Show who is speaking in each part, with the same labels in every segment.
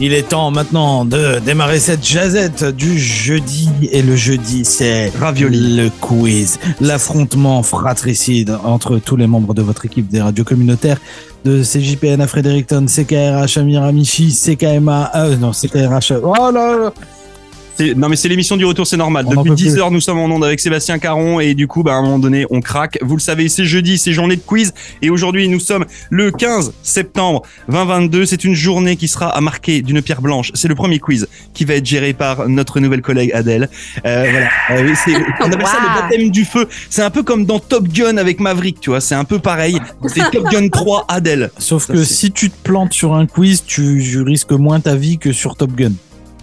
Speaker 1: Il est temps maintenant de démarrer cette jazette du jeudi. Et le jeudi, c'est
Speaker 2: Ravioli.
Speaker 1: le quiz, l'affrontement fratricide entre tous les membres de votre équipe des radios communautaires de CJPN à Fredericton, CKRH à Miramichi, CKMA, euh, non, CKRH. à- Oh là là
Speaker 2: C'est- Non mais c'est l'émission du retour, c'est normal.
Speaker 1: On en
Speaker 2: Depuis
Speaker 1: peut
Speaker 2: 10
Speaker 1: plus.
Speaker 2: heures, nous sommes en onde avec Sébastien Caron et du coup, bah, à un moment donné, on craque. Vous le savez, c'est jeudi, c'est journée de quiz et aujourd'hui, nous sommes le 15 septembre 2022. C'est une journée qui sera à marquer d'une pierre blanche. C'est le premier quiz qui va être géré par notre nouvelle collègue Adèle. Euh, voilà. Euh, oui, c'est- on appelle ça le
Speaker 3: Waouh.
Speaker 2: baptême du feu. C'est un peu comme dans Top Gun avec Maverick, tu vois. C'est un peu pareil. C'est Top Gun 3 Adèle.
Speaker 1: Sauf
Speaker 2: Ça,
Speaker 1: que
Speaker 2: c'est-
Speaker 1: si tu te plantes sur un quiz, tu, tu risques moins ta vie que sur Top Gun.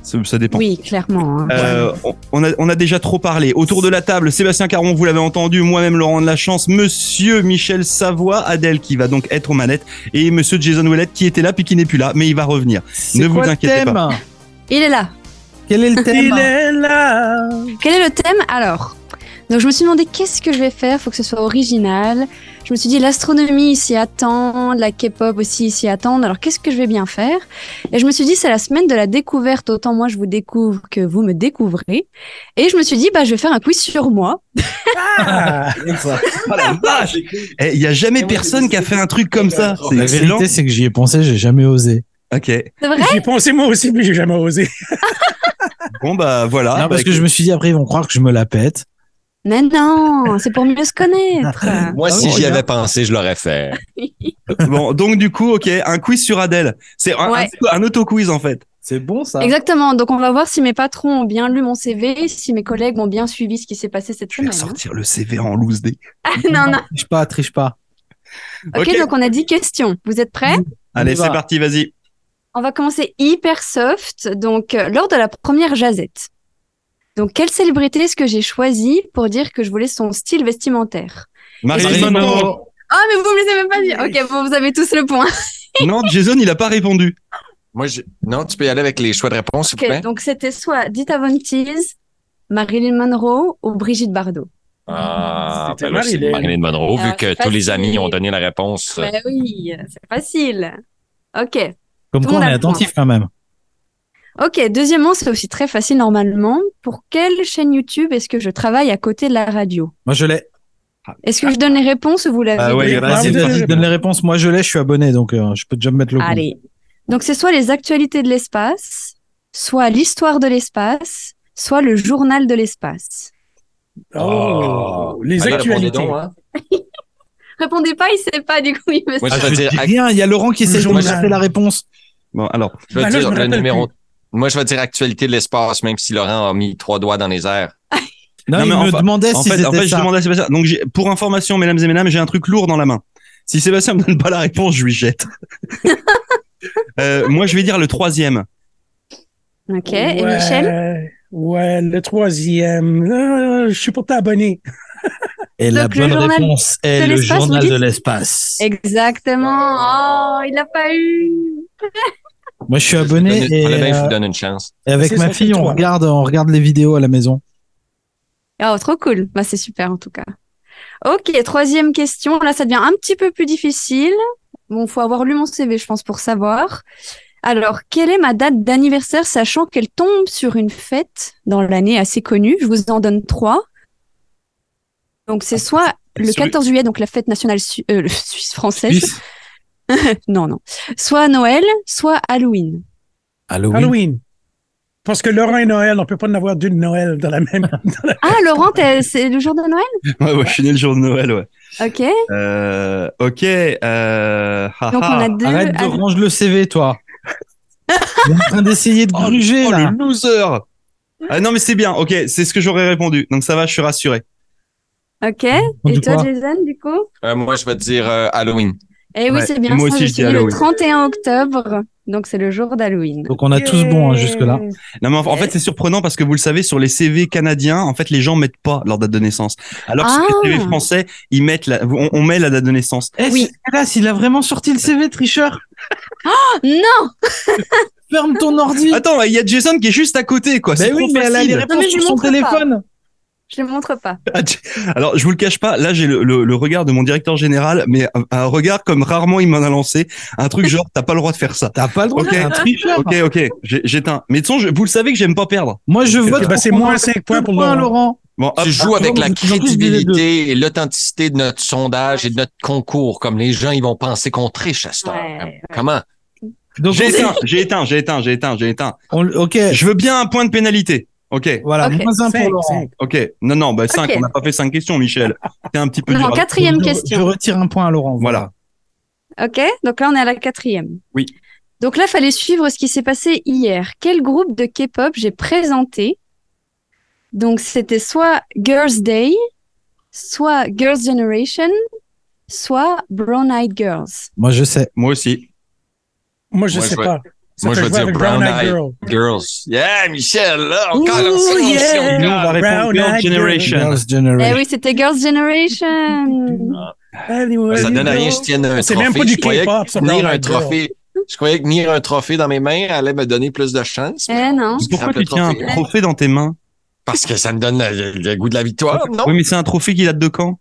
Speaker 2: Ça, ça dépend.
Speaker 3: Oui, clairement. hein.
Speaker 2: Euh, on- on, a, on a déjà trop parlé. Autour de la table, Sébastien Caron, vous l'avez entendu, moi-même Laurent de la Chance, Monsieur Michel Savoie, Adèle qui va donc être aux manettes, et Monsieur Jason Ouellet qui était là puis qui n'est plus là, mais il va revenir.
Speaker 1: C'est
Speaker 2: vous
Speaker 1: quoi le
Speaker 2: inquiétez
Speaker 1: thème
Speaker 3: Il est là.
Speaker 1: Quel est le thème
Speaker 2: est là
Speaker 3: Quel est le thème alors Donc je me suis demandé qu'est-ce que je vais faire, faut que ce soit original. Je me suis dit l'astronomie s'y attend, la K-pop aussi s'y attend. Alors qu'est-ce que je vais bien faire Et je me suis dit c'est la semaine de la découverte, autant moi je vous découvre que vous me découvrez. Et je me suis dit bah je vais faire un quiz sur moi.
Speaker 2: Oh la vache Eh, Il n'y a jamais personne qui a fait un truc comme ça. C'est
Speaker 1: La
Speaker 2: excellent.
Speaker 1: vérité, c'est que j'y ai pensé, j'ai jamais osé.
Speaker 2: Ok.
Speaker 3: C'est vrai
Speaker 4: J'y ai pensé moi aussi, mais j'ai jamais osé.
Speaker 2: Bon bah voilà.
Speaker 1: non, parce
Speaker 2: Bah,
Speaker 1: que je me suis dit après, ils vont croire que je me la pète.
Speaker 3: Mais non, c'est pour mieux se connaître.
Speaker 2: Bah.
Speaker 5: Moi,
Speaker 1: Ah
Speaker 5: si
Speaker 1: bon,
Speaker 5: j'y
Speaker 1: regarde.
Speaker 5: avais pensé, je l'aurais fait.
Speaker 2: Bon, donc du coup, ok, un quiz sur Adèle. C'est un,
Speaker 3: Ouais. Ah,
Speaker 2: un- un auto-quiz en fait.
Speaker 1: C'est bon ça.
Speaker 3: Exactement. Donc on va voir si mes patrons ont bien lu mon CV, si mes collègues ont bien suivi ce qui s'est passé cette
Speaker 2: Je vais
Speaker 3: semaine. hein.
Speaker 2: sortir le CV en loose day.
Speaker 3: Ah, non non.
Speaker 1: Triche pas, triche pas.
Speaker 3: Ok,
Speaker 2: Ok.
Speaker 3: donc on a 10 questions. Vous êtes prêts
Speaker 2: Allez,
Speaker 1: y
Speaker 2: c'est
Speaker 1: va.
Speaker 2: parti, vas-y.
Speaker 3: On va commencer hyper soft. Donc, euh, lors de la première jazette. Donc, quelle célébrité est-ce que j'ai choisi pour dire que je voulais son style vestimentaire
Speaker 2: Marilyn
Speaker 3: Marilyn
Speaker 2: Monroe.
Speaker 3: Ah, mais vous me laissez même pas dire. Ok, bon, vous avez tous le point.
Speaker 2: Non, Jason, il a pas répondu.
Speaker 5: Moi, je... non, tu peux y aller avec les choix de réponse, s'il te
Speaker 3: Ok,
Speaker 5: plaît.
Speaker 3: donc c'était soit Dita Von Teese, Marilyn Monroe ou Brigitte Bardot.
Speaker 5: Ah,
Speaker 4: C'était
Speaker 5: ben là, c'est
Speaker 4: Marilyn.
Speaker 5: Marilyn Monroe,
Speaker 3: Ah,
Speaker 5: vu que tous
Speaker 3: facile.
Speaker 5: les amis ont donné la réponse.
Speaker 3: Bah oui, c'est facile. Ok,
Speaker 1: Comme
Speaker 3: Tout
Speaker 1: quoi,
Speaker 3: le
Speaker 1: on
Speaker 3: monde
Speaker 1: est
Speaker 3: a le point.
Speaker 1: attentif quand même.
Speaker 3: ok. Deuxièmement, c'est aussi très facile normalement. Pour quelle chaîne YouTube est-ce que je travaille à côté de la radio
Speaker 1: Moi, je l'ai.
Speaker 3: Est-ce que je donne les réponses ou vous l'avez
Speaker 2: Ah ouais,
Speaker 3: dit
Speaker 2: il y en a-
Speaker 4: Ah,
Speaker 1: Vas-y,
Speaker 4: vous
Speaker 1: donne,
Speaker 4: donnez les
Speaker 1: donne les réponses. Moi, je l'ai, je suis abonné, donc euh, je peux déjà me mettre le coup.
Speaker 3: Allez. Donc, c'est soit les actualités de l'espace, soit l'histoire de l'espace, soit le journal de l'espace.
Speaker 4: Oh, les
Speaker 5: Allez, répondez
Speaker 4: actualités.
Speaker 5: donc, hein.
Speaker 3: Répondez pas, il sait pas, du coup, il me
Speaker 5: Moi, je
Speaker 1: Ah,
Speaker 5: vais
Speaker 1: je
Speaker 5: dire,
Speaker 1: dis rien, il y a Laurent qui essaie de me
Speaker 5: Moi, je-
Speaker 1: chercher la réponse.
Speaker 2: Bon, alors,
Speaker 5: je vais
Speaker 4: Bah là,
Speaker 5: dire
Speaker 4: je me
Speaker 5: le
Speaker 4: rappelle
Speaker 5: numéro. Moi, je vais dire actualité de l'espace, même si Laurent a mis trois doigts dans les airs.
Speaker 1: Non,
Speaker 2: Non,
Speaker 1: il
Speaker 2: mais en
Speaker 1: me
Speaker 2: fa-
Speaker 1: demandait
Speaker 2: en
Speaker 1: si
Speaker 2: fait,
Speaker 1: c'était
Speaker 2: en fait, je
Speaker 1: ça.
Speaker 2: demandais à Sébastien. Donc, j'ai- pour information, mesdames et mesdames, j'ai un truc lourd dans la main. Si Sébastien me donne pas la réponse, je lui jette. Euh, moi, je vais dire le troisième.
Speaker 3: Ok, et Michel
Speaker 4: Ouais, le troisième. Ah, je suis pour t'abonner.
Speaker 1: Et la
Speaker 3: Donc, le
Speaker 1: bonne
Speaker 3: journal
Speaker 1: réponse est
Speaker 3: de
Speaker 1: le
Speaker 3: l'espace, vous
Speaker 1: journal de
Speaker 3: dites
Speaker 1: l'espace.
Speaker 3: Exactement. Oh, il l'a pas eu.
Speaker 1: Moi, je suis abonné
Speaker 5: Donnez-
Speaker 1: et,
Speaker 5: prenez bien, je vous
Speaker 1: euh,
Speaker 5: donne une chance.
Speaker 1: et avec
Speaker 4: C'est
Speaker 1: ma
Speaker 4: sur
Speaker 1: fille, on
Speaker 2: hein.
Speaker 4: toi.
Speaker 1: regarde, on regarde les vidéos à la maison.
Speaker 3: Oh, trop cool. Bah, c'est super, en tout cas. Ok, troisième question. Là, ça devient un petit peu plus difficile. Bon, faut avoir lu mon CV, je pense, pour savoir. Alors, quelle est ma date d'anniversaire, sachant qu'elle tombe sur une fête dans l'année assez connue? Je vous en donne trois. Donc, c'est soit le
Speaker 2: Sur-
Speaker 3: 14 juillet, donc la fête nationale su- euh, le- suisse française.
Speaker 1: Suisse.
Speaker 3: Non, non. Soit Noël, soit Halloween.
Speaker 1: Halloween.
Speaker 4: Halloween. Parce que Laurent et Noël, on peut pas en avoir deux de Noël dans la même.
Speaker 3: Ah, Laurent, t'es- c'est le jour de Noël?
Speaker 2: Ouais, ouais, je suis né le jour de Noël, ouais.
Speaker 3: Ok.
Speaker 2: Euh, ok. Euh, ha,
Speaker 3: Donc, on
Speaker 2: ha.
Speaker 3: a deux.
Speaker 1: Arrête de
Speaker 3: Hall-
Speaker 1: range le CV, toi. Il est en train d'essayer de
Speaker 2: Oh,
Speaker 1: gruger,
Speaker 2: oh,
Speaker 1: là.
Speaker 2: le loser. Ah, non, mais c'est bien. Ok, c'est ce que j'aurais répondu. Donc, ça va, je suis rassuré.
Speaker 3: Ok.
Speaker 1: On dit
Speaker 3: Et toi,
Speaker 1: quoi
Speaker 3: Jason, du coup?
Speaker 5: Euh, moi, je vais dire euh, Halloween.
Speaker 3: Eh oui,
Speaker 2: Ouais,
Speaker 3: c'est
Speaker 2: et
Speaker 3: bien
Speaker 2: moi
Speaker 3: ça,
Speaker 2: aussi,
Speaker 3: je
Speaker 2: je
Speaker 3: suis
Speaker 2: dis
Speaker 3: né le
Speaker 2: Halloween.
Speaker 3: 31 octobre, donc c'est le jour d'Halloween.
Speaker 1: Donc, on a tous bon hein, jusque-là.
Speaker 2: Non, mais en, en fait, c'est surprenant parce que vous le savez, sur les CV canadiens, en fait, les gens mettent pas leur date de naissance. Alors, que sur les
Speaker 3: Ah.
Speaker 2: CV français, ils mettent la, on, on met la date de naissance.
Speaker 1: Eh,
Speaker 3: Oui.
Speaker 1: ce gars-là, s'il a vraiment sorti le CV, tricheur.
Speaker 3: Oh, Non,
Speaker 1: Ferme ton ordi.
Speaker 4: Ah,
Speaker 2: Attends, il y a Jason qui est juste à côté, quoi.
Speaker 1: Mais
Speaker 2: C'est
Speaker 1: oui,
Speaker 2: trop
Speaker 1: Ben mais elle a les
Speaker 2: facile. Ah,
Speaker 3: Non, mais
Speaker 1: réponses
Speaker 3: je
Speaker 1: sur
Speaker 3: lui
Speaker 1: son
Speaker 3: montrerai pas.
Speaker 1: téléphone.
Speaker 3: Je les montre pas.
Speaker 2: Alors, je vous le cache pas, là, j'ai le, le- le regard de mon directeur général, mais un, un regard comme rarement il m'en a lancé. Un truc genre, t'as pas le droit de faire ça.
Speaker 1: T'as pas le droit hein.
Speaker 2: Ok.
Speaker 1: t'es un tricheur.
Speaker 2: Ok, ok, j'ai- j'éteins. Mais de toute façon, je- vous le savez que j'aime pas perdre.
Speaker 1: Moi, je vote.
Speaker 4: bah,
Speaker 1: pour
Speaker 4: c'est
Speaker 1: qu'on
Speaker 4: moins
Speaker 1: enlève
Speaker 4: cinq
Speaker 1: deux
Speaker 4: points pour Laurent.
Speaker 1: Laurent.
Speaker 2: Bon,
Speaker 4: Ah,
Speaker 2: hop,
Speaker 5: Tu joues avec la
Speaker 1: vous- vous- vous- vous-
Speaker 5: crédibilité et l'authenticité de notre sondage et de notre concours, comme les gens, ils vont penser qu'on triche à cette heure.
Speaker 3: Ouais, ouais.
Speaker 5: Comment?
Speaker 1: Donc,
Speaker 2: j'ai
Speaker 1: on-
Speaker 2: éteint, j'ai éteint, j'ai éteint, j'ai éteint, j'ai éteint.
Speaker 1: on- ok,
Speaker 2: Je veux bien un point de pénalité. Ok,
Speaker 1: voilà,
Speaker 3: Ok.
Speaker 1: moins un
Speaker 4: Cinq,
Speaker 1: pour Laurent.
Speaker 4: cinq.
Speaker 2: ok. Non, non, bah 5,
Speaker 3: Ok.
Speaker 2: on n'a pas fait 5 questions, Michel. T'es un petit peu
Speaker 3: Non,
Speaker 2: dur.
Speaker 3: quatrième
Speaker 1: Je- Je
Speaker 3: question.
Speaker 1: retire un point à Laurent.
Speaker 2: Voilà.
Speaker 3: OK Donc là, on est à la quatrième.
Speaker 2: Oui.
Speaker 3: Donc là, fallait suivre ce qui s'est passé hier. Quel groupe de K-pop j'ai présenté Donc c'était soit Girls' Day, soit Girls' Generation, soit Brown Eyed Girls.
Speaker 1: Moi, je sais.
Speaker 2: Moi aussi.
Speaker 4: Moi, je
Speaker 5: Moi,
Speaker 4: sais
Speaker 5: je vais-
Speaker 4: pas. Ça
Speaker 5: moi,
Speaker 4: peut
Speaker 5: je vais
Speaker 4: jouer
Speaker 5: dire
Speaker 4: avec
Speaker 5: Brown
Speaker 4: Eyed
Speaker 5: Eyed. Oh,
Speaker 4: Girl.
Speaker 5: Girls. Yeah, Michel, là, encore
Speaker 4: Ooh,
Speaker 5: un silence,
Speaker 4: yeah.
Speaker 5: on
Speaker 2: Nous, on va
Speaker 4: Brown
Speaker 2: répondre Girls'
Speaker 4: Eyed
Speaker 2: Generation.
Speaker 1: Girls' Generation.
Speaker 3: Eh oui, c'était Girls' Generation.
Speaker 5: Ah,
Speaker 4: Anyway,
Speaker 5: Ça
Speaker 4: you
Speaker 5: donne à
Speaker 4: go.
Speaker 5: rien, je tienne un
Speaker 4: Ah, C'est
Speaker 5: trophée.
Speaker 4: même pas du
Speaker 5: Je croyais
Speaker 4: K-pop,
Speaker 5: que
Speaker 4: ça,
Speaker 5: tenir
Speaker 4: Brown
Speaker 5: un
Speaker 4: Eyed Girl.
Speaker 5: trophée. Je croyais que tenir un trophée dans mes mains allait me donner plus de chance. mais
Speaker 3: Eh non.
Speaker 5: je
Speaker 2: Pourquoi
Speaker 5: attrape le
Speaker 2: tu tiens un
Speaker 5: trophée.
Speaker 2: trophée dans tes mains
Speaker 5: Parce que ça me donne le, le goût de la victoire, non?
Speaker 2: Oui, mais c'est un trophée qui date de quand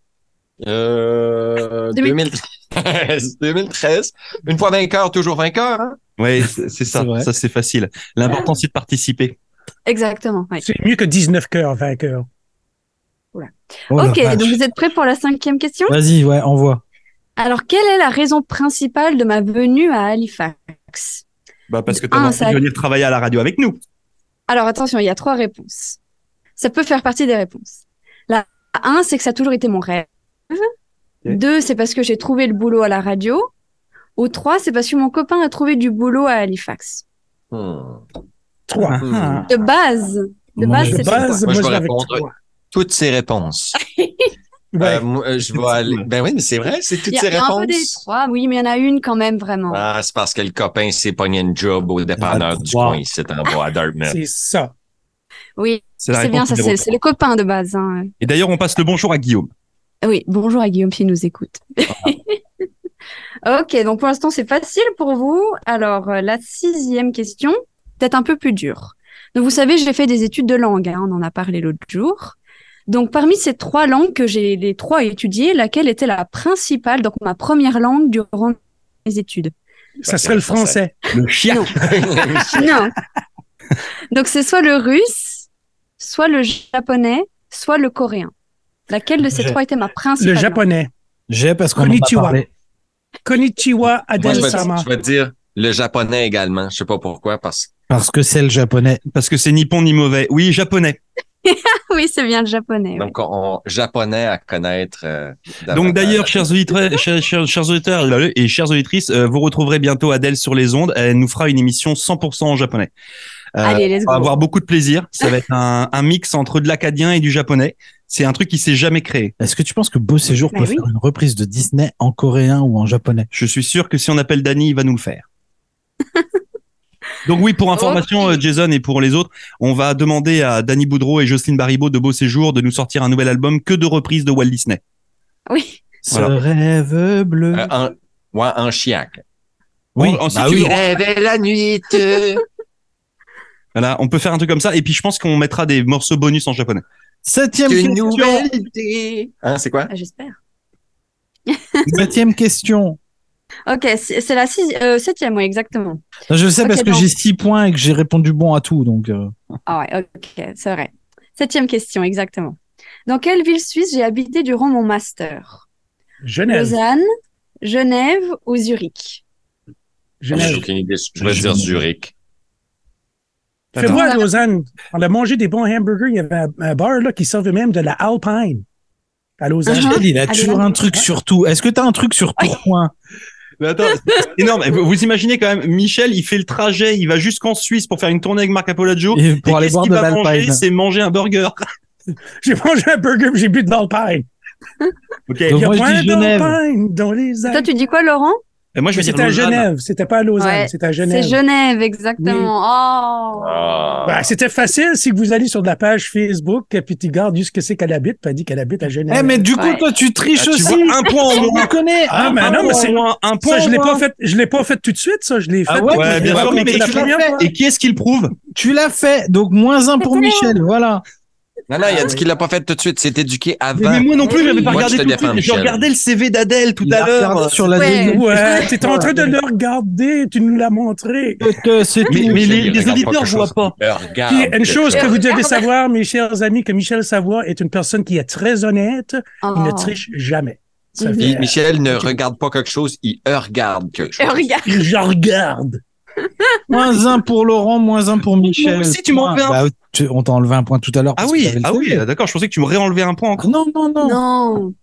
Speaker 5: Euh, 2013. 2013. Une fois vainqueur, toujours vainqueur. Hein?
Speaker 2: Oui, c'est c'est ça.
Speaker 1: C'est vrai.
Speaker 2: Ça, c'est facile. L'important, c'est de participer.
Speaker 3: Exactement. oui.
Speaker 4: C'est mieux que 19 cœurs, 20 cœurs.
Speaker 1: Oh la
Speaker 3: ok,
Speaker 1: vache.
Speaker 3: donc vous êtes prêts pour la cinquième question
Speaker 1: Vas-y, ouais, envoie.
Speaker 3: Alors, quelle est la raison principale de ma venue à Halifax
Speaker 2: Bah, parce que
Speaker 3: Ah,
Speaker 2: t'as envie
Speaker 3: ça-
Speaker 2: de venir travailler à la radio avec nous.
Speaker 3: Alors attention, il y a trois réponses. Ça peut faire partie des réponses. La 1, c'est que ça a toujours été mon rêve.
Speaker 2: Ok.
Speaker 3: 2, c'est parce que j'ai trouvé le boulot à la radio. Ou 3, c'est parce que mon copain a trouvé du boulot à Halifax.
Speaker 5: Hmm.
Speaker 4: 3.
Speaker 3: Ah,
Speaker 5: Hmm.
Speaker 3: De base, de
Speaker 1: Moi,
Speaker 3: base,
Speaker 1: je
Speaker 4: De
Speaker 3: c'est
Speaker 4: base,
Speaker 5: Moi,
Speaker 4: moi,
Speaker 5: je
Speaker 4: je
Speaker 5: vais
Speaker 4: vais avec
Speaker 5: répondre.
Speaker 4: 3.
Speaker 5: Toutes ces réponses. Euh,
Speaker 4: Ouais.
Speaker 5: moi, euh, je vais aller. Ben oui, mais c'est vrai, c'est
Speaker 3: Il
Speaker 5: toutes
Speaker 3: y, a-
Speaker 5: ces
Speaker 3: il y a un peu des
Speaker 5: réponses.
Speaker 3: trois, oui, mais il y en a une quand même vraiment.
Speaker 5: Ah, c'est parce que le copain s'est pogné une job au dépanneur du
Speaker 1: trois.
Speaker 5: coin ici en bas à Dartmouth.
Speaker 4: C'est ça.
Speaker 3: Oui,
Speaker 2: C'est la
Speaker 3: c'est
Speaker 2: réponse
Speaker 3: bien, ça
Speaker 2: numéro
Speaker 3: c'est
Speaker 2: trois.
Speaker 3: c'est le copain de base. hein.
Speaker 2: Et d'ailleurs, on passe le bonjour à Guillaume.
Speaker 3: Oui, bonjour à Guillaume s'il nous écoute. ok, donc pour l'instant c'est facile pour vous. Alors euh, la sixième question, peut-être un peu plus dure. Donc vous savez, j'ai fait des études de langue, hein, on en a parlé l'autre jour. Donc parmi ces trois langues que j'ai les trois étudiées, laquelle était la principale, donc ma première langue durant mes études
Speaker 4: Ça serait le français.
Speaker 2: Le chien.
Speaker 3: Non. Non. donc c'est soit le russe, soit le japonais, soit le coréen. Laquelle de ces
Speaker 1: Le-
Speaker 3: trois était ma principale
Speaker 4: Le
Speaker 3: langue
Speaker 4: japonais.
Speaker 1: J'ai parce qu'on en a
Speaker 4: Konnichiwa.
Speaker 1: parlé.
Speaker 4: Konnichiwa
Speaker 5: Moi, je
Speaker 4: Adel
Speaker 5: vais,
Speaker 4: Sama.
Speaker 5: je vais dire le japonais également. Je sais pas pourquoi, parce
Speaker 1: Parce que c'est le japonais.
Speaker 2: Parce que c'est ni bon ni mauvais. Oui, japonais.
Speaker 3: Oui, c'est bien le japonais.
Speaker 5: que
Speaker 3: oui.
Speaker 5: donc on, on- japonais à connaître. euh, davantage.
Speaker 2: Donc d'ailleurs, chers auditeurs, chers, chers- chers auditeurs bah, et chères auditrices, euh, vous retrouverez bientôt Adèle sur les ondes. Elle nous fera une émission 100% en japonais. Euh,
Speaker 3: Allez, let's
Speaker 2: on va
Speaker 3: go.
Speaker 2: avoir beaucoup de plaisir. Ça va être un, un mix entre de l'acadien et du japonais. C'est un truc qui s'est jamais créé.
Speaker 1: Est-ce que tu penses que Beau Séjour
Speaker 3: Bah
Speaker 1: peut
Speaker 3: oui.
Speaker 1: faire une reprise de Disney en coréen ou en japonais
Speaker 2: Je suis sûr que si on appelle Dany, il va nous le faire. Donc oui, pour information,
Speaker 3: Ok.
Speaker 2: euh, Jason et pour les autres, on va demander à Dany Boudreau et Jocelyne Baribaud de Beau Séjour de nous sortir un nouvel album que de reprises de Walt Disney.
Speaker 3: Oui.
Speaker 2: Voilà.
Speaker 1: Ce rêve bleu.
Speaker 5: Euh, en, ouais, en chiac.
Speaker 1: oui,
Speaker 2: en- en- si
Speaker 1: bah
Speaker 2: tu
Speaker 1: oui.
Speaker 2: veux,
Speaker 5: Rêvez la nuit. euh.
Speaker 2: Voilà, on peut faire un truc comme ça. Et puis je pense qu'on mettra des morceaux bonus en japonais.
Speaker 1: Septième
Speaker 5: Une
Speaker 1: question.
Speaker 5: nouvelle idée. Hein, c'est quoi?
Speaker 3: Ah, J'espère.
Speaker 1: Septième question.
Speaker 3: Ok, c'est c'est la sixi- euh, septième, oui, exactement.
Speaker 1: Non, je le sais
Speaker 3: Ok,
Speaker 1: parce que
Speaker 3: donc.
Speaker 1: j'ai six points et que j'ai répondu bon à tout. Donc, euh,
Speaker 3: Ah ouais, ok, c'est vrai. Septième question, exactement. Dans quelle ville suisse j'ai habité durant mon master
Speaker 4: Genève.
Speaker 3: Lausanne, Genève ou Zurich
Speaker 5: J'ai
Speaker 4: Genève.
Speaker 5: aucune idée. Je vais dire Zurich.
Speaker 4: Fais-moi à Lausanne. On a mangé des bons hamburgers. Il y avait un, un bar là, qui servait même de la Alpine à Lausanne.
Speaker 3: Uh-huh.
Speaker 1: Michel, il a
Speaker 3: Allez,
Speaker 1: toujours
Speaker 3: vas-y.
Speaker 1: un truc sur tout. Est-ce que t'as un truc sur tout point
Speaker 2: Mais attends, c'est énorme. Et Vous, vous imaginez quand même, Michel, il fait le trajet, il va jusqu'en Suisse pour faire une tournée avec Marc Apologio.
Speaker 1: Et Pour
Speaker 2: Et
Speaker 1: aller
Speaker 2: qu'est-ce
Speaker 1: voir
Speaker 2: qu'il
Speaker 1: de
Speaker 2: va manger,
Speaker 1: l'alpine.
Speaker 2: c'est manger un burger.
Speaker 4: J'ai mangé un burger mais j'ai bu de l'Alpine.
Speaker 2: Ok.
Speaker 1: Donc,
Speaker 4: Il y a
Speaker 1: moi, je
Speaker 4: plein
Speaker 1: dis Genève.
Speaker 4: d'Alpine dans les
Speaker 3: Toi,
Speaker 4: Alpes.
Speaker 3: tu dis quoi, Laurent
Speaker 2: Et moi, je Ah, vais
Speaker 4: Mais
Speaker 2: dire
Speaker 4: C'était à
Speaker 2: Lausanne.
Speaker 4: Genève. C'était pas à Lausanne.
Speaker 3: Ouais,
Speaker 4: C'était à
Speaker 3: C'est
Speaker 4: Genève.
Speaker 3: Genève, exactement. Oh
Speaker 5: Ah.
Speaker 4: Ben, c'était facile si vous allez sur la page Facebook et puis tu regardes juste ce que c'est qu'elle habite, puis elle dit qu'elle habite à
Speaker 1: Eh,
Speaker 4: Genève.
Speaker 1: mais du coup,
Speaker 3: Ouais.
Speaker 1: toi, tu
Speaker 2: Ah,
Speaker 1: triches
Speaker 2: tu
Speaker 1: aussi.
Speaker 2: vois, un point en
Speaker 1: On
Speaker 2: moins.
Speaker 1: le connaît.
Speaker 4: Ah, mais
Speaker 1: Un
Speaker 4: non,
Speaker 1: point en
Speaker 4: mais c'est-
Speaker 1: moins.
Speaker 2: Un
Speaker 4: ça,
Speaker 2: point
Speaker 4: je
Speaker 2: en
Speaker 4: l'ai
Speaker 2: moins.
Speaker 4: pas fait, je l'ai pas fait tout de suite, ça, je l'ai
Speaker 1: Ah
Speaker 4: fait.
Speaker 1: ouais,
Speaker 4: quand
Speaker 2: Ouais,
Speaker 4: je
Speaker 2: bien
Speaker 4: l'ai
Speaker 2: sûr,
Speaker 4: rencontré
Speaker 2: mais
Speaker 4: la
Speaker 2: tu l'as
Speaker 4: première
Speaker 2: fait.
Speaker 4: fois.
Speaker 2: Et qui est-ce qui le prouve
Speaker 1: Tu l'as fait. Donc, moins un pour Michel. Voilà.
Speaker 5: Non, non, il a dit qu'il l'a pas fait tout de suite. C'est éduqué
Speaker 2: Mais,
Speaker 5: avant.
Speaker 2: mais moi non plus, j'avais pas
Speaker 5: Moi,
Speaker 2: regardé
Speaker 5: j'étais
Speaker 2: tout
Speaker 5: bien
Speaker 2: de suite.
Speaker 5: fan,
Speaker 2: Je
Speaker 5: Michel.
Speaker 2: regardais le CV d'Adèle tout
Speaker 1: Il
Speaker 2: à
Speaker 1: a regardé
Speaker 2: l'heure. euh,
Speaker 1: sur la
Speaker 3: Ouais.
Speaker 1: vidéo.
Speaker 4: Ouais, t'es en train de le regarder, tu nous l'as montré.
Speaker 1: Peut-être que C'est
Speaker 2: Mais,
Speaker 1: tout.
Speaker 2: mais
Speaker 5: Michel,
Speaker 2: les,
Speaker 5: il
Speaker 2: les
Speaker 5: regarde
Speaker 2: auditeurs
Speaker 5: quelque
Speaker 2: voient
Speaker 5: chose.
Speaker 2: pas.
Speaker 5: Euh, regarde.
Speaker 4: Puis, une chose que
Speaker 5: Euh,
Speaker 4: vous devez savoir, mes chers amis, que Michel Savoie est une personne qui est très honnête, il ne
Speaker 3: Oh.
Speaker 4: triche jamais. Ça
Speaker 3: Mhm.
Speaker 5: Puis
Speaker 4: fait-
Speaker 5: Michel ne regarde pas quelque chose, il regarde quelque chose.
Speaker 3: Euh, regarde.
Speaker 4: Je regarde.
Speaker 1: Moins un pour Laurent, moins un pour Michel.
Speaker 2: aussi, tu m'en
Speaker 1: Point.
Speaker 2: fais un.
Speaker 1: Bah, tu- on t'a enlevé un point tout à l'heure.
Speaker 2: Ah
Speaker 1: parce que
Speaker 2: oui,
Speaker 1: t'avais le
Speaker 2: ah oui,
Speaker 1: CV.
Speaker 2: d'accord, je pensais que tu me réenlevais un point encore.
Speaker 1: Non, non, non.
Speaker 3: Non.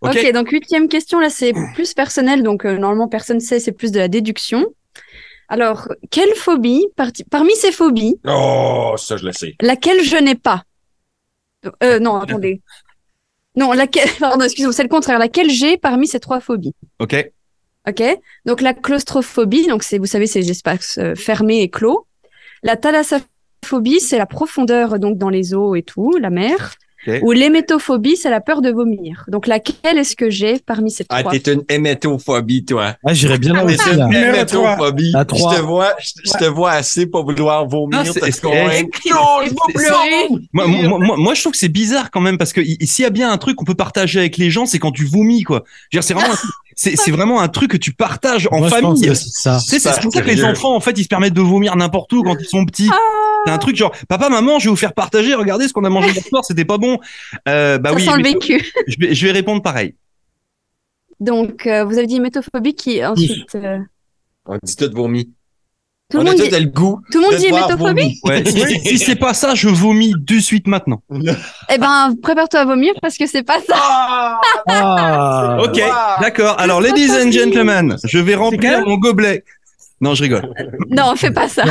Speaker 2: Ok.
Speaker 3: ok, donc huitième question, là c'est plus personnel, donc euh, normalement personne sait, c'est plus de la déduction. Alors, quelle phobie, parti- parmi ces phobies,
Speaker 5: Oh, ça, je le sais.
Speaker 3: laquelle je n'ai pas. Euh, non, attendez. Non, laquelle, pardon, excusez-moi, c'est le contraire. Laquelle j'ai parmi ces trois phobies.
Speaker 2: Ok.
Speaker 3: OK? Donc, la claustrophobie, donc c'est, vous savez, ces espaces euh, fermés et clos. La thalassophobie, c'est la profondeur, euh, donc, dans les eaux et tout, la mer.
Speaker 2: Ok.
Speaker 3: Ou l'hémétophobie, c'est la peur de vomir. Donc, laquelle est-ce que j'ai parmi ces
Speaker 5: Ah,
Speaker 3: trois?
Speaker 5: t'es une hémétophobie, toi.
Speaker 1: Ah, J'irais bien là
Speaker 5: T'es
Speaker 1: aussi. là.
Speaker 5: une
Speaker 4: Numéro trois.
Speaker 5: hémétophobie.
Speaker 1: À
Speaker 5: Je
Speaker 1: trois.
Speaker 5: te vois, je, je te vois assez pas vouloir vomir,
Speaker 2: Non,
Speaker 5: te
Speaker 2: c'est- c'est-
Speaker 5: convaincre. Non, je vais pleurer.
Speaker 2: Moi, moi, moi, moi, je trouve que c'est bizarre quand même parce que i- s'il y a bien un truc qu'on peut partager avec les gens, c'est quand tu vomis quoi. Je veux dire, C'est vraiment, un truc- c'est c'est vraiment un truc que tu partages en
Speaker 1: Moi, je pense
Speaker 2: famille.
Speaker 1: que c'est ça.
Speaker 2: Tu sais, c'est
Speaker 5: Super
Speaker 2: c'est pour ça que les
Speaker 5: sérieux.
Speaker 2: enfants, en fait, ils se permettent de vomir n'importe où quand ils sont petits.
Speaker 3: Ah.
Speaker 2: C'est un truc genre, papa, maman, je vais vous faire partager. Regardez ce qu'on a mangé hier soir, c'était pas bon. Euh, bah
Speaker 3: Ça
Speaker 2: oui,
Speaker 3: sent le
Speaker 2: mais
Speaker 3: vécu.
Speaker 2: je vais, je vais répondre pareil.
Speaker 3: Donc, euh, vous avez dit hémétophobie qui, ensuite, euh,
Speaker 5: On dit tout vomi.
Speaker 3: tout,
Speaker 5: on
Speaker 3: le monde
Speaker 5: a
Speaker 3: dit,
Speaker 5: tout le goût.
Speaker 3: tout le monde
Speaker 5: de
Speaker 3: dit
Speaker 5: te voir
Speaker 3: hémétophobie?
Speaker 5: vomir.
Speaker 2: Ouais, si si c'est pas ça, je vomis de suite maintenant.
Speaker 3: Eh ben, prépare-toi à vomir parce que c'est pas ça.
Speaker 5: Ah!
Speaker 1: Ah.
Speaker 2: Ok,
Speaker 5: Wow.
Speaker 2: d'accord. Alors, ladies and gentlemen, je vais
Speaker 4: C'est
Speaker 2: remplir
Speaker 4: quoi
Speaker 2: mon gobelet. Non, je rigole.
Speaker 3: Non, fais pas ça.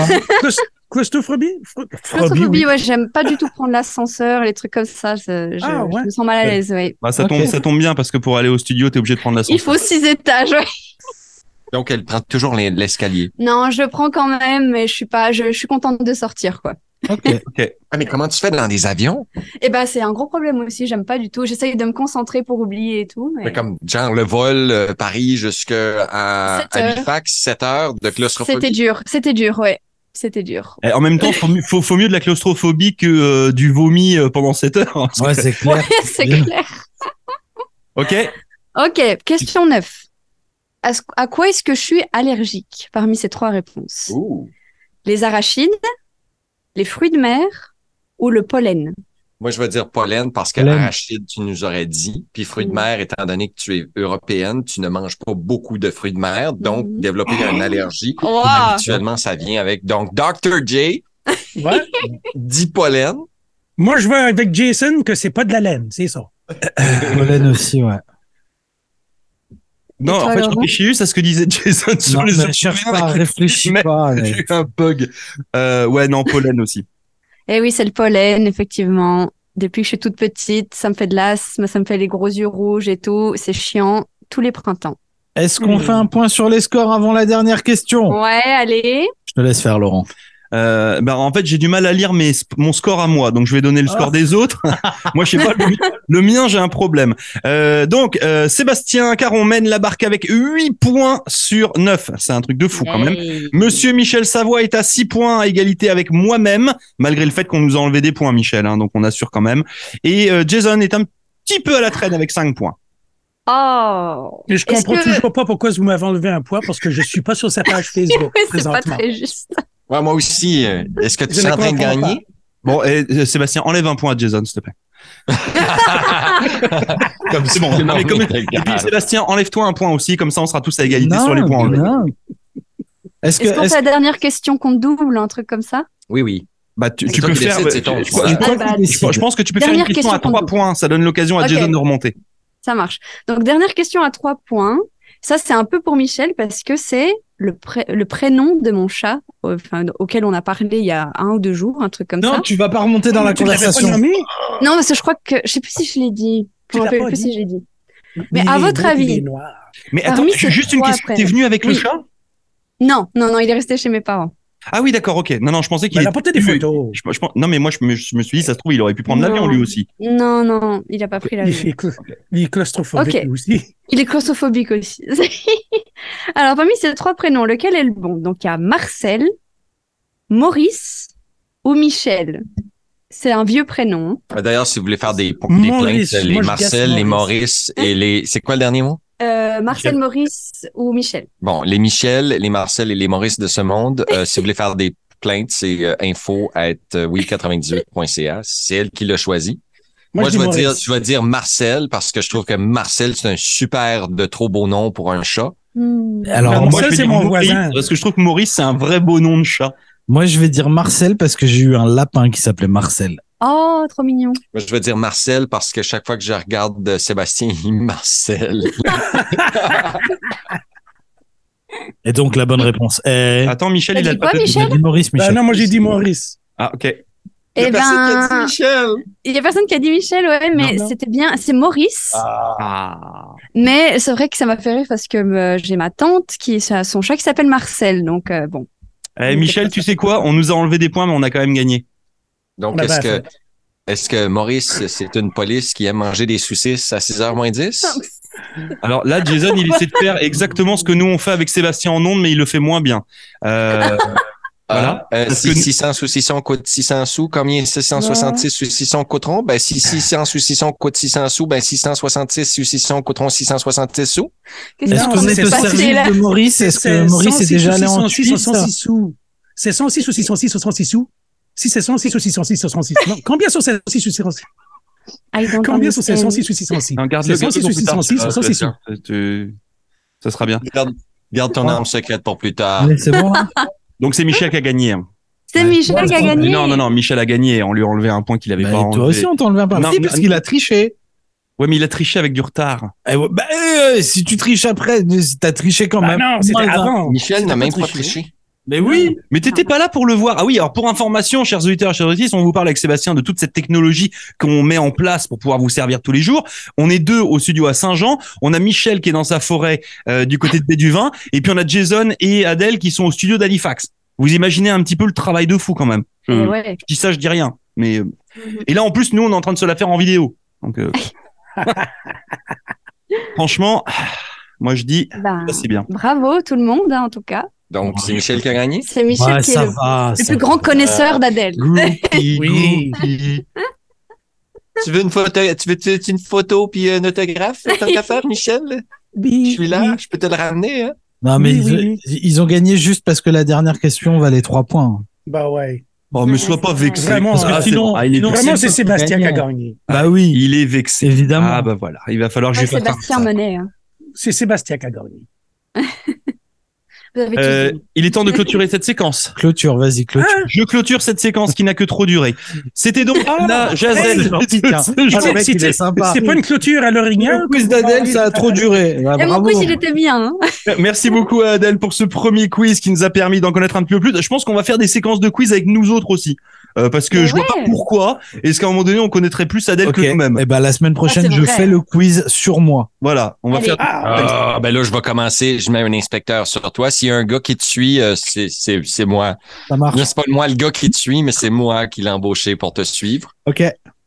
Speaker 4: Claus- Claustrophobie? Fro-
Speaker 3: Claustrophobie,
Speaker 4: Ah oui.
Speaker 3: ouais, j'aime pas du tout prendre l'ascenseur, les trucs comme ça. Je, je-
Speaker 4: Ah, ouais.
Speaker 3: je me sens mal à l'aise, ouais.
Speaker 2: Bah, ça,
Speaker 1: Ok.
Speaker 2: tombe, ça tombe bien parce que pour aller au studio, t'es obligé de prendre la
Speaker 3: Il
Speaker 2: sauce.
Speaker 3: faut six étages, ouais.
Speaker 5: Donc, elle prend toujours les- l'escalier.
Speaker 3: Non, je prends quand même, mais je suis pas, je, je suis contente de sortir, quoi.
Speaker 1: Ok.
Speaker 5: Ah, mais comment tu fais dans des avions?
Speaker 3: Et ben, c'est un gros problème aussi, j'aime pas du tout. J'essaye de me concentrer pour oublier et tout, mais.
Speaker 5: Mais comme, genre, le vol euh, Paris jusqu'à
Speaker 3: Sept heures.
Speaker 5: Halifax, 7 heures de claustrophobie.
Speaker 3: C'était dur, c'était dur, ouais. C'était dur.
Speaker 2: Eh, En même temps, faut, mieux- faut, faut mieux de la claustrophobie que euh, du vomi euh, pendant 7 heures. hein, parce
Speaker 1: Ouais,
Speaker 2: que-
Speaker 1: c'est clair.
Speaker 3: c'est clair.
Speaker 2: Ok.
Speaker 3: Ok, question 9. À, ce- à quoi est-ce que je suis allergique parmi ces trois réponses?
Speaker 5: Ouh.
Speaker 3: Les arachides, les fruits de mer ou le pollen?
Speaker 5: Moi, je veux dire pollen parce que
Speaker 1: Pollen.
Speaker 5: arachide, tu nous aurais dit. Puis fruits de
Speaker 3: Mm.
Speaker 5: mer, étant donné que tu es européenne, tu ne manges pas beaucoup de fruits de mer. Donc,
Speaker 3: Mm. Ah.
Speaker 5: développer une allergie,
Speaker 3: Wow.
Speaker 5: habituellement, ça vient avec. Donc, Dr. J
Speaker 4: Ouais.
Speaker 5: dit pollen.
Speaker 4: Moi, je vais avec Jason que c'est pas de la laine, c'est ça.
Speaker 1: Pollen aussi, ouais.
Speaker 2: Non,
Speaker 3: toi,
Speaker 2: en fait, je
Speaker 3: Laurent
Speaker 2: réfléchis juste à ce que disait Jason sur
Speaker 1: Non,
Speaker 2: les
Speaker 1: mais
Speaker 2: autres
Speaker 1: cherche
Speaker 2: humains.
Speaker 1: pas, réfléchis
Speaker 2: Mais-
Speaker 1: pas. mais-
Speaker 2: J'ai eu un bug. Euh, ouais, non, pollen aussi.
Speaker 3: Eh oui, c'est le pollen, effectivement. Depuis que je suis toute petite, ça me fait de l'asthme, ça me fait les gros yeux rouges et tout. C'est chiant tous les printemps.
Speaker 1: Est-ce qu'on
Speaker 4: Hmm.
Speaker 1: fait un point sur les scores avant la dernière question
Speaker 3: Ouais, allez.
Speaker 1: Je te laisse faire, Laurent.
Speaker 2: Euh, bah, en fait, j'ai du mal à lire mes, sp- mon score à moi, donc je vais donner le score des autres. moi, je sais pas, le, mi- le mien, j'ai un problème. Euh, donc, euh, Sébastien Caron mène la barque avec 8 points sur 9. C'est un truc de fou quand même. Monsieur Michel Savoie est à 6 points à égalité avec moi-même, malgré le fait qu'on nous a enlevé des points, Michel, hein, donc on assure quand même. Et euh, Jason est un petit peu à la traîne avec 5 points.
Speaker 3: Oh.
Speaker 4: Et je
Speaker 3: Est-ce
Speaker 4: comprends
Speaker 3: que-
Speaker 4: toujours pas pourquoi vous m'avez enlevé un poids parce que je suis pas sur sa page Facebook
Speaker 3: Ouais, c'est pas
Speaker 4: présentement.
Speaker 3: très juste.
Speaker 5: Ouais, moi aussi. euh, Est-ce que tu
Speaker 4: Je
Speaker 5: es
Speaker 4: ne
Speaker 5: en train de
Speaker 4: comprends
Speaker 5: gagner?
Speaker 2: Bon, et, euh, Sébastien, enlève un point à Jason, s'il te plaît. comme c'est bon. Non, mais comme- Et
Speaker 5: Ah.
Speaker 2: puis, Sébastien, enlève-toi un point aussi, comme ça on sera tous à égalité
Speaker 1: Non,
Speaker 2: sur les points enlevés.
Speaker 1: non. Est-ce que
Speaker 3: Est-ce qu'on
Speaker 1: est-ce
Speaker 3: fait la dernière question compte double, un truc comme ça?
Speaker 5: Oui, oui.
Speaker 2: Bah, tu,
Speaker 5: C'est
Speaker 2: tu
Speaker 5: toi
Speaker 2: peux
Speaker 5: qui
Speaker 2: faire.
Speaker 5: décides, c'est ton
Speaker 2: je, crois-
Speaker 5: choix.
Speaker 2: je crois-
Speaker 3: Ah, bah,
Speaker 1: qu'on
Speaker 2: je crois- je pense que tu peux
Speaker 3: Dernière
Speaker 2: faire une question, à
Speaker 3: question pour
Speaker 2: 3
Speaker 3: nous.
Speaker 2: points. Ça donne l'occasion à
Speaker 3: Ok.
Speaker 2: Jason de remonter.
Speaker 3: Ça marche. Donc, dernière question à trois points. Ça, c'est un peu pour Michel parce que c'est le, pré- le prénom de mon chat, au- enfin, auquel on a parlé il y a un ou deux jours, un truc comme
Speaker 1: Non,
Speaker 3: ça.
Speaker 1: tu vas pas remonter dans la
Speaker 4: Tu l'avais pas
Speaker 1: conversation.
Speaker 4: nommé?
Speaker 3: Non, parce que je crois que, je sais plus si je l'ai dit. Je
Speaker 4: Tu
Speaker 3: me
Speaker 4: l'as
Speaker 3: rappelle
Speaker 4: pas
Speaker 3: plus
Speaker 4: dit.
Speaker 3: si je l'ai dit. Mais
Speaker 4: Il
Speaker 3: à
Speaker 4: est
Speaker 3: votre
Speaker 4: beau, il
Speaker 3: avis.
Speaker 4: est noir.
Speaker 2: Mais attends,
Speaker 3: Parmi ces
Speaker 2: juste une
Speaker 3: trois
Speaker 2: question.
Speaker 3: après.
Speaker 2: T'es venu avec le
Speaker 3: Oui.
Speaker 2: chat
Speaker 3: Non, non, non, il est resté chez mes parents.
Speaker 2: Ah oui, d'accord, ok. Non, non, je pensais
Speaker 4: Il
Speaker 2: qu'il
Speaker 1: Bah,
Speaker 4: a porté des
Speaker 2: plus-
Speaker 4: photos.
Speaker 2: Je, je pense- non, mais moi, je me, je me suis dit, ça se trouve, il aurait pu prendre
Speaker 3: Non.
Speaker 2: l'avion lui aussi.
Speaker 3: Non, non, il a pas pris la
Speaker 4: Il
Speaker 3: vie.
Speaker 4: est cla- il est claustrophobique
Speaker 3: Ok.
Speaker 4: lui aussi.
Speaker 3: Il est claustrophobique aussi. Alors, parmi ces trois prénoms, lequel est le bon Donc, il y a Marcel, Maurice ou Michel. C'est un vieux prénom.
Speaker 5: D'ailleurs, si vous voulez faire des, des
Speaker 4: Maurice.
Speaker 5: plaintes, les
Speaker 4: Moi, je
Speaker 5: Marcel,
Speaker 4: guesse
Speaker 5: les Maurice et les... C'est quoi le dernier mot?
Speaker 3: Euh, Marcel Maurice ou Michel.
Speaker 5: Bon, les Michel, les Marcel et les Maurice de ce monde, euh, si vous voulez faire des plaintes, c'est euh, info at euh, oui98.ca. C'est elle qui l'a choisi. Moi, je,
Speaker 4: dis
Speaker 5: vais dire,
Speaker 4: Maurice.
Speaker 5: je vais dire Marcel parce que je trouve que Marcel, c'est un super de trop beau nom pour un chat.
Speaker 3: Hmm.
Speaker 1: Alors, moi,
Speaker 4: Marcel,
Speaker 2: moi, je vais
Speaker 4: c'est
Speaker 2: dire
Speaker 4: mon
Speaker 2: Maurice,
Speaker 4: voisin.
Speaker 2: Parce que je trouve que Maurice, c'est un vrai beau nom de chat.
Speaker 1: moi, je vais dire Marcel parce que j'ai eu un lapin qui s'appelait Marcel.
Speaker 3: Oh, trop mignon.
Speaker 5: Moi, je vais dire Marcel parce que chaque fois que je regarde euh, Sébastien, il dit Marcel.
Speaker 1: Et donc, la bonne réponse est.
Speaker 2: Attends, Michel,
Speaker 3: T'as
Speaker 2: il a
Speaker 3: dit
Speaker 2: le
Speaker 3: quoi,
Speaker 2: papier.
Speaker 1: Il a dit Maurice,
Speaker 4: Ben
Speaker 1: Michel.
Speaker 4: non, moi, j'ai dit Maurice.
Speaker 2: Ah, ok.
Speaker 5: Il y a
Speaker 3: Eh
Speaker 5: personne qui a dit
Speaker 3: ben,
Speaker 5: Michel.
Speaker 3: il y a personne qui a dit Michel, ouais, mais
Speaker 4: Non.
Speaker 3: c'était bien. C'est Maurice.
Speaker 2: Ah.
Speaker 3: Mais c'est vrai que ça m'a fait rire parce que euh, j'ai ma tante qui a son chat qui s'appelle Marcel. Donc, euh, bon.
Speaker 2: Eh, Michel, tu sais quoi On nous a enlevé des points, mais on a quand même gagné.
Speaker 5: Donc,
Speaker 4: Ben,
Speaker 5: est-ce
Speaker 4: ben,
Speaker 5: que, est-ce que Maurice, c'est une police qui aime manger des saucisses à 6h moins 10?
Speaker 3: Ah,
Speaker 2: Alors là, Jason, il essaie de faire exactement ce que nous on fait avec Sébastien en ondes, mais il le fait moins bien. Euh, Voilà.
Speaker 5: Ah, euh,
Speaker 2: Parce
Speaker 5: si
Speaker 2: que-
Speaker 5: 600 saucissons coûte 600 sous, combien 666 saucissons coûteront? Ben, si 600 saucissons coûte 600 sous, ben, 666 saucissons coûteront 666 sous.
Speaker 3: Qu'est-ce
Speaker 1: Est-ce
Speaker 4: Non,
Speaker 1: qu'on
Speaker 4: mais
Speaker 1: est
Speaker 4: c'est
Speaker 1: au
Speaker 4: pas-
Speaker 3: c'est
Speaker 1: service
Speaker 3: là.
Speaker 1: de Maurice Est-ce que Maurice est
Speaker 4: 106
Speaker 1: déjà allé en
Speaker 4: 606,
Speaker 1: Suisse
Speaker 4: 106 sous. C'est 106 ou 606 ou 106 sous? Si c'est 106 ou 606 ou 106. Non, combien sont 106 ou 606?
Speaker 1: Ah,
Speaker 3: I don't
Speaker 4: Combien sont
Speaker 3: understand.
Speaker 4: 106 ou 606?
Speaker 2: non, garde-le,
Speaker 4: C'est
Speaker 2: garde-le pour
Speaker 4: 106
Speaker 2: plus tard.
Speaker 4: 106
Speaker 2: Ah,
Speaker 4: 106
Speaker 2: ça, ça, tu- ça sera bien.
Speaker 5: Garde, garde ton arme secrète pour plus tard.
Speaker 1: Mais C'est bon. hein
Speaker 2: Donc c'est Michel qui a gagné. hein.
Speaker 3: C'est Michel qui a gagné.
Speaker 2: Non, non, non, Michel a gagné. On lui a enlevé un point qu'il avait
Speaker 1: Bah,
Speaker 2: pas
Speaker 1: toi
Speaker 2: enlevé.
Speaker 1: aussi, on t'enlevait un
Speaker 2: Non,
Speaker 1: parti parce
Speaker 2: non.
Speaker 1: qu'il a triché.
Speaker 2: Ouais, mais il a triché avec du retard.
Speaker 1: Eh ouais, bah, euh, si tu triches après, euh, t'as triché quand
Speaker 4: Ah
Speaker 1: même.
Speaker 4: non, c'était
Speaker 1: Moins un.
Speaker 4: avant.
Speaker 5: Michel n'a
Speaker 4: pas
Speaker 5: même pas
Speaker 4: triché.
Speaker 5: triché.
Speaker 1: Mais oui,
Speaker 2: Mais t'étais pas là pour le voir. Ah oui, alors pour information, chers auditeurs, chers auditrices, on vous parle avec Sébastien de toute cette technologie qu'on met en place pour pouvoir vous servir tous les jours. On est deux au studio à Saint-Jean. On a Michel qui est dans sa forêt euh, du côté de Béduvin. Et puis on a Jason et Adèle qui sont au studio d'Halifax. Vous imaginez un petit peu le travail de fou quand même. Je,
Speaker 1: Mm.
Speaker 3: Eh ouais.
Speaker 2: je dis ça, je dis rien. Mais euh,
Speaker 3: Mhm.
Speaker 2: Et là, en plus, nous, on est en train de se la faire en vidéo. Donc, euh, Franchement, moi je dis,
Speaker 3: Ben,
Speaker 2: ça c'est bien.
Speaker 3: bravo tout le monde, hein, en tout cas.
Speaker 5: Donc, c'est Michel qui a gagné.
Speaker 3: C'est Michel
Speaker 1: Ouais,
Speaker 3: qui est
Speaker 1: ça
Speaker 3: le,
Speaker 1: va. Euh,
Speaker 3: le
Speaker 1: ça
Speaker 3: plus grand
Speaker 1: va.
Speaker 3: connaisseur d'Adèle.
Speaker 2: Groupie,
Speaker 4: Oui.
Speaker 2: groupie.
Speaker 5: Tu veux une photo, tu veux, tu veux une photo puis un autographe, tant qu'à faire, Michel? Je suis là, je peux te le ramener, hein?
Speaker 1: Non, mais
Speaker 4: Oui,
Speaker 1: ils,
Speaker 4: oui,
Speaker 1: ils ont gagné juste parce que la dernière question valait trois points.
Speaker 4: Bah ouais.
Speaker 2: Oh, mais sois pas vexé.
Speaker 4: Vraiment,
Speaker 2: parce que
Speaker 4: euh,
Speaker 2: sinon, ah, il est
Speaker 1: sinon-
Speaker 2: vexé.
Speaker 4: Vraiment, c'est Sébastien qui a
Speaker 1: Gagné.
Speaker 4: gagné.
Speaker 1: Bah oui,
Speaker 2: Il est vexé.
Speaker 1: évidemment.
Speaker 2: Ah bah voilà, il va falloir que
Speaker 3: Ouais,
Speaker 2: j'ai pas
Speaker 3: Sébastien Monet. hein.
Speaker 4: C'est Sébastien qui a gagné.
Speaker 3: Vous avez
Speaker 2: Euh,
Speaker 3: tous dit.
Speaker 2: il est temps de clôturer cette séquence.
Speaker 1: Clôture, vas-y, clôture.
Speaker 2: Je clôture cette séquence qui n'a que trop duré. C'était donc
Speaker 4: Ah,
Speaker 2: la
Speaker 1: Hey,
Speaker 2: Jazel.
Speaker 1: c'est gentil, tiens. Ah, le
Speaker 4: C'est-
Speaker 1: mec, il est
Speaker 4: C'est
Speaker 1: sympa.
Speaker 4: c'est pas une clôture à l'orignal.
Speaker 1: Le quiz d'Adèle, ça a trop duré. Ah,
Speaker 3: Et mon
Speaker 1: bravo.
Speaker 3: quiz, il était bien. hein.
Speaker 2: Merci beaucoup à Adèle pour ce premier quiz qui nous a permis d'en connaître un petit peu plus. Je pense qu'on va faire des séquences de quiz avec nous autres aussi. Euh, parce que
Speaker 3: Mais
Speaker 2: je vois pas
Speaker 3: ouais.
Speaker 2: pourquoi. Est-ce qu'à un moment donné, on connaîtrait plus Adèle
Speaker 1: Ok.
Speaker 2: que nous-mêmes
Speaker 1: Eh ben, la semaine prochaine,
Speaker 3: Ah, c'est
Speaker 1: je
Speaker 3: vrai.
Speaker 1: fais le quiz sur moi.
Speaker 2: Voilà, on va
Speaker 3: Allez.
Speaker 2: faire.
Speaker 5: Ah, ben là, je vais commencer. Je mets un inspecteur sur toi. S'il y a un gars qui te suit, euh, c'est- c'est c'est moi.
Speaker 1: Ça marche.
Speaker 5: Là, c'est pas moi le gars qui te suit, mais c'est moi qui l'ai embauché pour te suivre.
Speaker 1: Ok.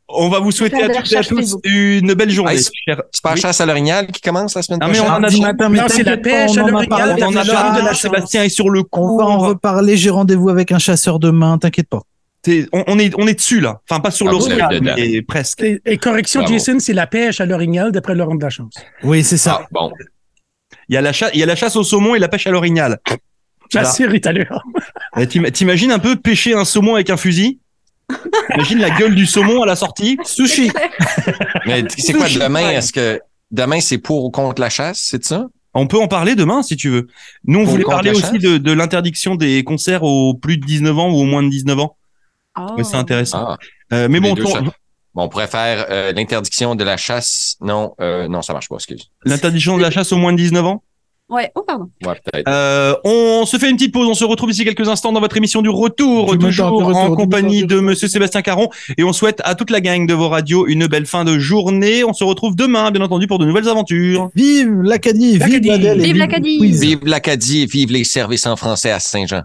Speaker 2: On va vous souhaiter
Speaker 3: faire
Speaker 2: à
Speaker 3: de la
Speaker 2: toutes et à
Speaker 3: recherche
Speaker 2: tous
Speaker 3: Facebook.
Speaker 2: une belle journée.
Speaker 5: Hey,
Speaker 2: chers-
Speaker 5: C'est pas
Speaker 2: Oui.
Speaker 5: la chasse à l'orignal qui commence la semaine
Speaker 2: Ah, mais
Speaker 5: prochaine?
Speaker 2: on en a-
Speaker 1: Mardi matin, mais
Speaker 4: Non, c'est la
Speaker 1: t'inquiète
Speaker 4: pêche,
Speaker 1: pas, on
Speaker 4: le
Speaker 1: en a
Speaker 4: regard,
Speaker 1: parlé.
Speaker 2: On en a
Speaker 4: Merci.
Speaker 2: parlé.
Speaker 4: De la
Speaker 2: Sébastien est sur le
Speaker 1: On
Speaker 2: coup.
Speaker 1: va en reparler. J'ai rendez-vous avec un chasseur demain. T'inquiète pas.
Speaker 2: T'es- On, on est, on est dessus là. Enfin, pas sur
Speaker 5: Ah,
Speaker 2: le
Speaker 5: vous
Speaker 2: regard,
Speaker 5: êtes dedans.
Speaker 2: mais presque.
Speaker 4: Et, et correction,
Speaker 5: Bravo.
Speaker 4: Jason, c'est la pêche à l'orignal d'après Laurent de la Chance.
Speaker 1: Oui, c'est ça.
Speaker 5: Ah, bon.
Speaker 2: Il y, a la chasse, il y a la chasse au saumon et la pêche à l'orignal. Voilà.
Speaker 4: J'assure, il est allé.
Speaker 2: Eh, t'im- T'imagines un peu pêcher un saumon avec un fusil Imagine la gueule du saumon à la sortie.
Speaker 1: Sushi.
Speaker 5: Mais t- c'est quoi
Speaker 2: Sushi.
Speaker 5: demain? Est-ce que demain, c'est pour ou contre la chasse? C'est ça?
Speaker 2: On peut en parler demain si tu veux. Nous, on
Speaker 5: Pour
Speaker 2: voulait
Speaker 5: le compte
Speaker 2: parler
Speaker 5: la
Speaker 2: aussi
Speaker 5: chasse
Speaker 2: de, de l'interdiction des concerts aux plus de 19 ans ou aux moins de 19 ans. Ouais,
Speaker 3: Oh.
Speaker 2: C'est intéressant.
Speaker 5: Ah,
Speaker 2: Euh, mais
Speaker 5: les
Speaker 2: bon,
Speaker 5: deux
Speaker 2: ton-
Speaker 5: chats. Bon, on pourrait faire euh, l'interdiction de la chasse. Non, euh, non, ça marche pas, excuse.
Speaker 2: l'interdiction de la chasse aux moins de 19 ans.
Speaker 3: Ouais. Oh, pardon.
Speaker 5: Ouais, peut-être.
Speaker 2: Euh, on se fait une petite pause, on se retrouve ici quelques instants dans votre émission du retour,
Speaker 1: Du
Speaker 2: toujours
Speaker 1: moteur, du retour,
Speaker 2: en
Speaker 1: du
Speaker 2: compagnie
Speaker 1: moteur,
Speaker 2: de Monsieur Sébastien Caron. Et on souhaite à toute la gang de vos radios une belle fin de journée. On se retrouve demain, bien entendu, pour de nouvelles aventures.
Speaker 1: Vive l'Acadie. Vive
Speaker 4: L'Acadie.
Speaker 1: Adèle. et
Speaker 3: Vive l'Acadie.
Speaker 1: le quiz.
Speaker 5: Vive l'Acadie et vive les services en français à Saint-Jean.